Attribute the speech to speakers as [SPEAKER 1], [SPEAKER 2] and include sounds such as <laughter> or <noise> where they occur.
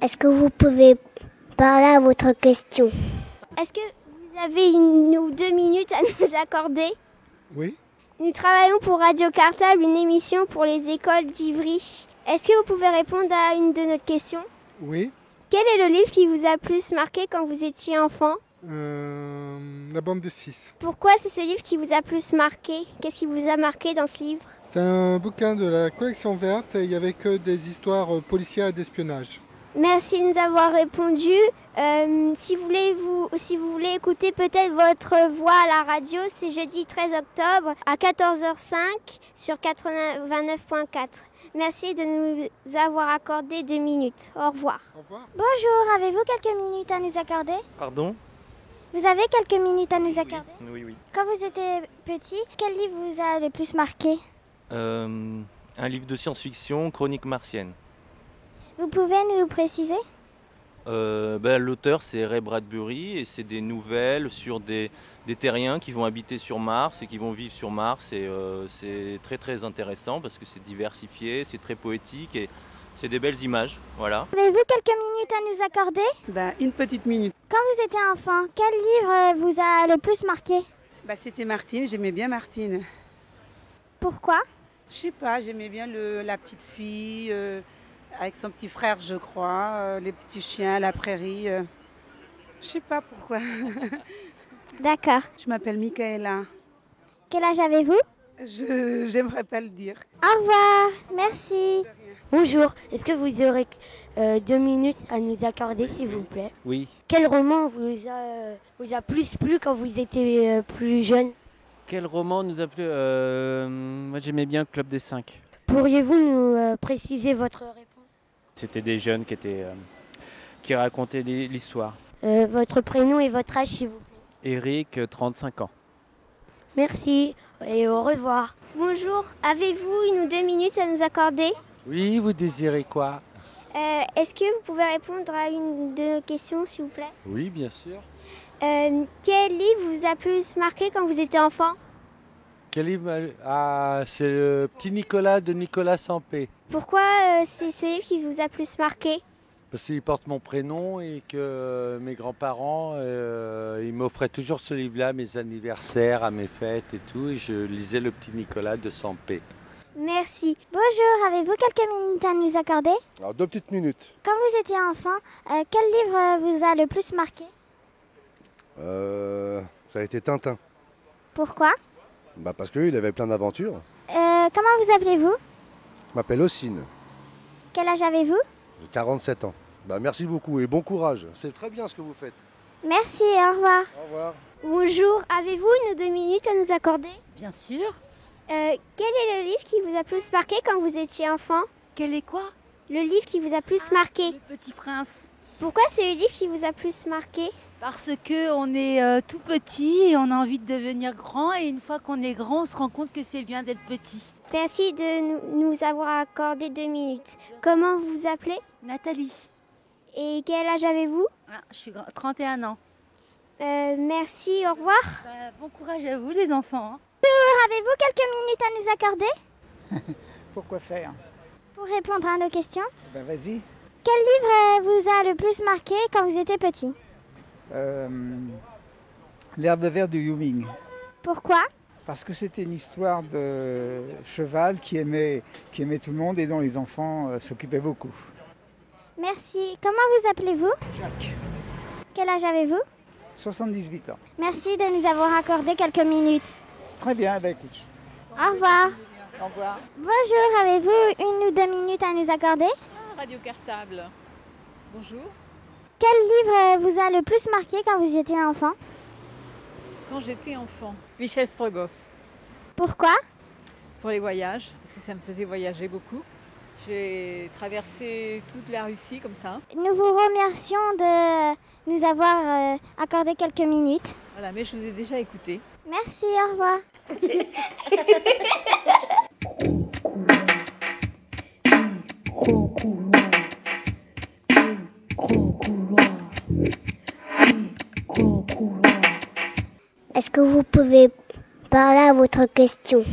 [SPEAKER 1] Est-ce que vous pouvez parler à votre question Est-ce que vous avez une ou deux minutes à nous accorder
[SPEAKER 2] Oui.
[SPEAKER 1] Nous travaillons pour Radio Cartable, une émission pour les écoles d'Ivry. Est-ce que vous pouvez répondre à une de notre question
[SPEAKER 2] Oui.
[SPEAKER 1] Quel est le livre qui vous a plus marqué quand vous étiez enfant
[SPEAKER 2] Euh, la bande des six.
[SPEAKER 1] Pourquoi c'est ce livre qui vous a plus marqué Qu'est-ce qui vous a marqué dans ce livre
[SPEAKER 2] C'est un bouquin de la collection verte et il n'y avait que des histoires euh, policières et d'espionnage.
[SPEAKER 1] Merci de nous avoir répondu. Euh, si, vous voulez vous, si vous voulez écouter peut-être votre voix à la radio, c'est jeudi 13 octobre à 14h05 sur 89.4. Merci de nous avoir accordé deux minutes. Au revoir.
[SPEAKER 2] Au revoir.
[SPEAKER 1] Bonjour, avez-vous quelques minutes à nous accorder
[SPEAKER 3] Pardon
[SPEAKER 1] Vous avez quelques minutes à nous
[SPEAKER 3] Oui, Oui, oui.
[SPEAKER 1] Quand vous étiez petit, quel livre vous a le plus marqué
[SPEAKER 3] Euh, un livre de science-fiction, Chronique martienne.
[SPEAKER 1] Vous pouvez nous préciser
[SPEAKER 3] Euh, ben, L'auteur, c'est Ray Bradbury, et c'est des nouvelles sur des, des terriens qui vont habiter sur Mars et qui vont vivre sur Mars. Et euh, c'est très très intéressant parce que c'est diversifié, c'est très poétique et c'est des belles images. Voilà.
[SPEAKER 1] Avez-vous quelques minutes à nous accorder
[SPEAKER 4] Ben, une petite minute.
[SPEAKER 1] Quand vous étiez enfant, quel livre euh, vous a le plus marqué
[SPEAKER 4] Bah, c'était Martine, j'aimais bien Martine.
[SPEAKER 1] Pourquoi
[SPEAKER 4] Je sais pas, j'aimais bien le, la petite fille, euh, avec son petit frère, je crois, euh, les petits chiens, la prairie. euh. Je sais pas pourquoi.
[SPEAKER 1] D'accord.
[SPEAKER 4] Je m'appelle Michaela.
[SPEAKER 1] Quel âge avez-vous
[SPEAKER 4] Je J'aimerais pas le dire.
[SPEAKER 1] Au revoir. Merci.
[SPEAKER 5] Bonjour, est-ce que vous aurez euh, deux minutes à nous accorder, s'il vous plaît
[SPEAKER 6] Oui.
[SPEAKER 5] Quel roman vous a, euh, vous a plus plu quand vous étiez euh, plus jeune
[SPEAKER 6] Quel roman nous a plu Euh, Moi j'aimais bien Club des 5.
[SPEAKER 5] Pourriez-vous nous euh, préciser votre réponse
[SPEAKER 6] C'était des jeunes qui étaient euh, qui racontaient l'hi- l'histoire.
[SPEAKER 5] Euh, Votre prénom et votre âge, s'il vous plaît.
[SPEAKER 6] Eric, euh, 35 ans.
[SPEAKER 5] Merci et au revoir.
[SPEAKER 1] Bonjour. Avez-vous une ou deux minutes à nous accorder
[SPEAKER 7] Oui, vous désirez quoi
[SPEAKER 1] Euh, Est-ce que vous pouvez répondre à une de nos questions, s'il vous plaît
[SPEAKER 7] Oui, bien sûr.
[SPEAKER 1] Euh, Quel livre vous a plus marqué quand vous étiez enfant
[SPEAKER 7] Quel livre m'a- Ah, c'est le petit Nicolas de Nicolas Sampé.
[SPEAKER 1] Pourquoi euh, c'est ce livre qui vous a plus marqué
[SPEAKER 7] Parce qu'il porte mon prénom et que euh, mes grands-parents, euh, ils m'offraient toujours ce livre-là à mes anniversaires, à mes fêtes et tout. Et je lisais le petit Nicolas de Sampé.
[SPEAKER 1] Merci. Bonjour. Avez-vous quelques minutes à nous accorder
[SPEAKER 8] Alors, deux petites minutes.
[SPEAKER 1] Quand vous étiez enfant, euh, quel livre vous a le plus marqué
[SPEAKER 8] Euh, ça a été Tintin.
[SPEAKER 1] Pourquoi Euh,
[SPEAKER 8] Bah parce que lui, il avait plein d'aventures.
[SPEAKER 1] Comment vous appelez-vous
[SPEAKER 8] Je m'appelle Ossine,
[SPEAKER 1] Quel âge avez-vous
[SPEAKER 8] j'ai 47 ans. Bah merci beaucoup et bon courage. C'est très bien ce que vous faites.
[SPEAKER 1] Merci, au revoir.
[SPEAKER 8] Au revoir.
[SPEAKER 1] Bonjour, avez-vous une ou deux minutes à nous accorder
[SPEAKER 9] Bien sûr.
[SPEAKER 1] Euh, Quel est le livre qui vous a plus marqué quand vous étiez enfant
[SPEAKER 9] Quel est quoi
[SPEAKER 1] Le livre qui vous a plus marqué
[SPEAKER 9] Le Petit Prince.
[SPEAKER 1] Pourquoi c'est le livre qui vous a plus marqué
[SPEAKER 9] Parce que on est euh, tout petit et on a envie de devenir grand et une fois qu'on est grand, on se rend compte que c'est bien d'être petit.
[SPEAKER 1] Merci de nous- nous avoir accordé deux minutes. Comment vous vous appelez
[SPEAKER 9] Nathalie,
[SPEAKER 1] et quel âge avez-vous
[SPEAKER 9] Ah, je suis grand- 31 ans.
[SPEAKER 1] Euh, Merci, au revoir.
[SPEAKER 9] Bah, bon courage à vous les enfants. hein.
[SPEAKER 1] Avez-vous quelques minutes à nous accorder
[SPEAKER 10] <laughs> Pourquoi faire
[SPEAKER 1] pour répondre à nos questions
[SPEAKER 10] Ben vas-y.
[SPEAKER 1] Quel livre vous a le plus marqué quand vous étiez petit
[SPEAKER 10] Euh, L'herbe verte de Yuming.
[SPEAKER 1] Pourquoi
[SPEAKER 10] Parce que c'était une histoire de cheval qui aimait, qui aimait tout le monde et dont les enfants euh, s'occupaient beaucoup.
[SPEAKER 1] Merci. Comment vous appelez-vous
[SPEAKER 10] Jacques,
[SPEAKER 1] Quel âge avez-vous
[SPEAKER 10] 78 ans.
[SPEAKER 1] Merci de nous avoir accordé quelques minutes.
[SPEAKER 10] Très bien, bah écoute.
[SPEAKER 1] Au revoir.
[SPEAKER 10] Au revoir.
[SPEAKER 1] Bonjour, avez-vous une ou deux minutes à nous accorder
[SPEAKER 11] Ah, Radio Cartable. Bonjour.
[SPEAKER 1] Quel livre euh, vous a le plus marqué quand vous étiez enfant
[SPEAKER 11] Quand j'étais enfant, Michel Strogoff.
[SPEAKER 1] Pourquoi
[SPEAKER 11] Pour les voyages, parce que ça me faisait voyager beaucoup. J'ai traversé toute la Russie comme ça.
[SPEAKER 1] Nous vous remercions de nous avoir euh, accordé quelques minutes.
[SPEAKER 11] Voilà, mais je vous ai déjà écouté.
[SPEAKER 1] Merci, au revoir. Est-ce que vous pouvez parler à votre question